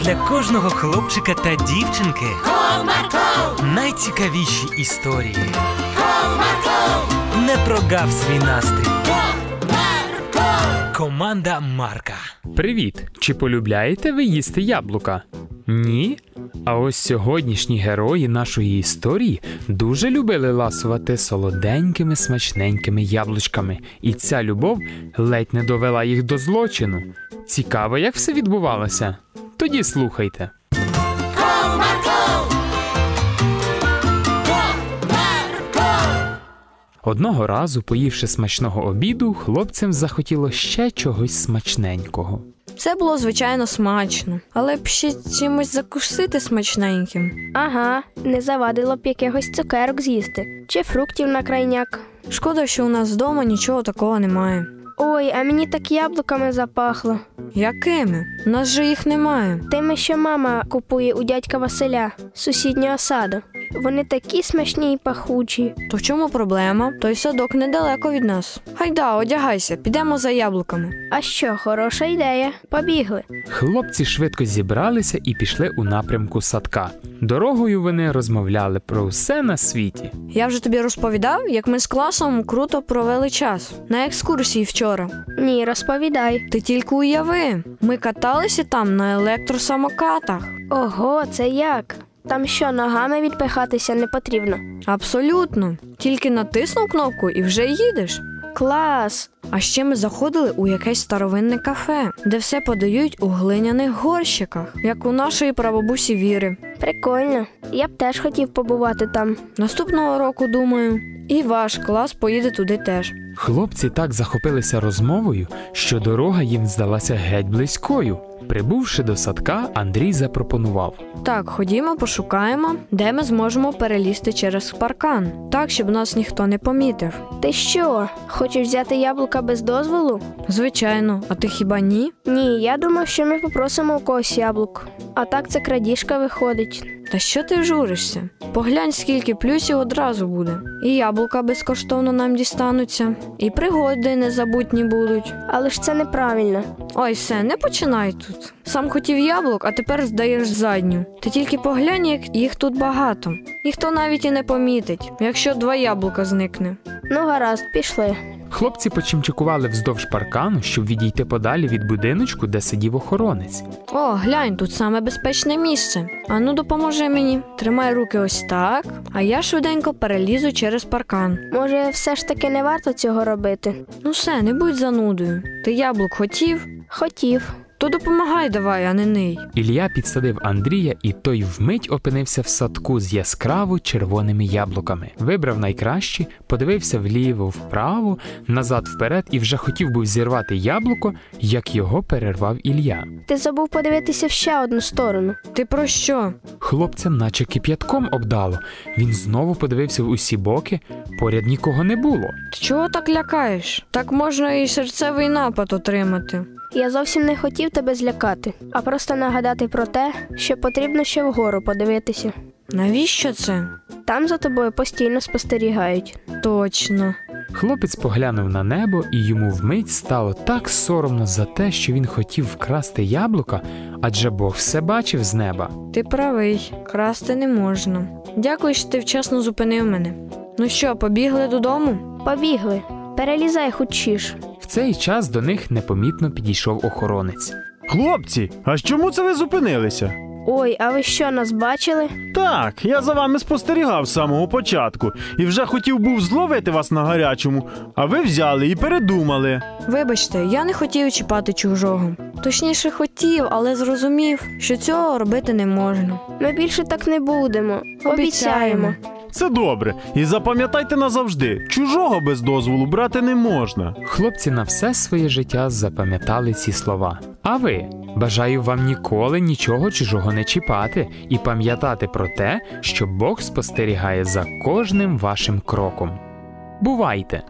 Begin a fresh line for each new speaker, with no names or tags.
для кожного хлопчика та дівчинки
Comarco,
найцікавіші історії.
Comarco,
Не прогав свій настрій.
Comarco,
Команда Марка.
Привіт! Чи полюбляєте ви їсти яблука? Ні. А ось сьогоднішні герої нашої історії дуже любили ласувати солоденькими смачненькими яблучками, і ця любов ледь не довела їх до злочину. Цікаво, як все відбувалося. Тоді слухайте.
Comarco. Comarco,
Одного разу, поївши смачного обіду, хлопцям захотіло ще чогось смачненького.
Все було звичайно смачно, але б ще чимось закусити смачненьким.
Ага, не завадило б якихось цукерок з'їсти чи фруктів на крайняк.
Шкода, що у нас вдома нічого такого немає.
Ой, а мені так яблуками запахло.
Якими? У нас же їх немає.
Тими, що мама купує у дядька Василя з сусіднього саду. Вони такі смачні і пахучі.
То в чому проблема? Той садок недалеко від нас. Гайда, одягайся, підемо за яблуками.
А що, хороша ідея? Побігли.
Хлопці швидко зібралися і пішли у напрямку садка. Дорогою вони розмовляли про все на світі.
Я вже тобі розповідав, як ми з класом круто провели час на екскурсії вчора.
Ні, розповідай.
Ти тільки уяви, ми каталися там на електросамокатах.
Ого, це як? Там що, ногами відпихатися не потрібно?
Абсолютно. Тільки натиснув кнопку і вже їдеш.
Клас!
А ще ми заходили у якесь старовинне кафе, де все подають у глиняних горщиках, як у нашої прабабусі Віри.
Прикольно. Я б теж хотів побувати там.
Наступного року, думаю, і ваш клас поїде туди теж.
Хлопці так захопилися розмовою, що дорога їм здалася геть близькою. Прибувши до садка, Андрій запропонував.
Так, ходімо, пошукаємо, де ми зможемо перелізти через паркан, так, щоб нас ніхто не помітив.
Ти що, хочеш взяти яблука без дозволу?
Звичайно, а ти хіба ні?
Ні, я думав, що ми попросимо у когось яблук. А так це крадіжка виходить.
Та що ти журишся? Поглянь, скільки плюсів одразу буде. І яблука безкоштовно нам дістануться, і пригоди незабутні будуть.
Але ж це неправильно.
Ой, все, не починай тут. Сам хотів яблук, а тепер здаєш задню. Ти тільки поглянь, як їх тут багато. Ніхто навіть і не помітить, якщо два яблука зникне.
Ну гаразд, пішли.
Хлопці почимчикували вздовж паркану, щоб відійти подалі від будиночку, де сидів охоронець.
О, глянь, тут саме безпечне місце. Ану, допоможи мені. Тримай руки ось так, а я швиденько перелізу через паркан.
Може, все ж таки не варто цього робити?
Ну все, не будь занудою. Ти яблук хотів,
Хотів.
то допомагай давай, а не ней.
Ілля підсадив Андрія, і той вмить опинився в садку з яскраво червоними яблуками. Вибрав найкращі, подивився вліво, вправо, назад вперед і вже хотів був зірвати яблуко, як його перервав Ілля.
Ти забув подивитися в ще одну сторону.
Ти про що?
Хлопцям наче кип'ятком обдало. Він знову подивився в усі боки, поряд нікого не було.
Ти чого так лякаєш? Так можна і серцевий напад отримати.
Я зовсім не хотів тебе злякати, а просто нагадати про те, що потрібно ще вгору подивитися.
Навіщо це?
Там за тобою постійно спостерігають.
Точно.
Хлопець поглянув на небо, і йому вмить стало так соромно за те, що він хотів вкрасти яблука, адже Бог все бачив з неба.
Ти правий, красти не можна. Дякую, що ти вчасно зупинив мене. Ну що, побігли додому?
Побігли, перелізай хутчіш.
В цей час до них непомітно підійшов охоронець.
Хлопці, а ж чому це ви зупинилися?
Ой, а ви що нас бачили?
Так, я за вами спостерігав з самого початку і вже хотів був зловити вас на гарячому, а ви взяли і передумали.
Вибачте, я не хотів чіпати чужого. Точніше, хотів, але зрозумів, що цього робити не можна.
Ми більше так не будемо. Обіцяємо.
Це добре, і запам'ятайте назавжди, чужого без дозволу брати не можна.
Хлопці на все своє життя запам'ятали ці слова. А ви бажаю вам ніколи нічого чужого не чіпати і пам'ятати про те, що Бог спостерігає за кожним вашим кроком. Бувайте!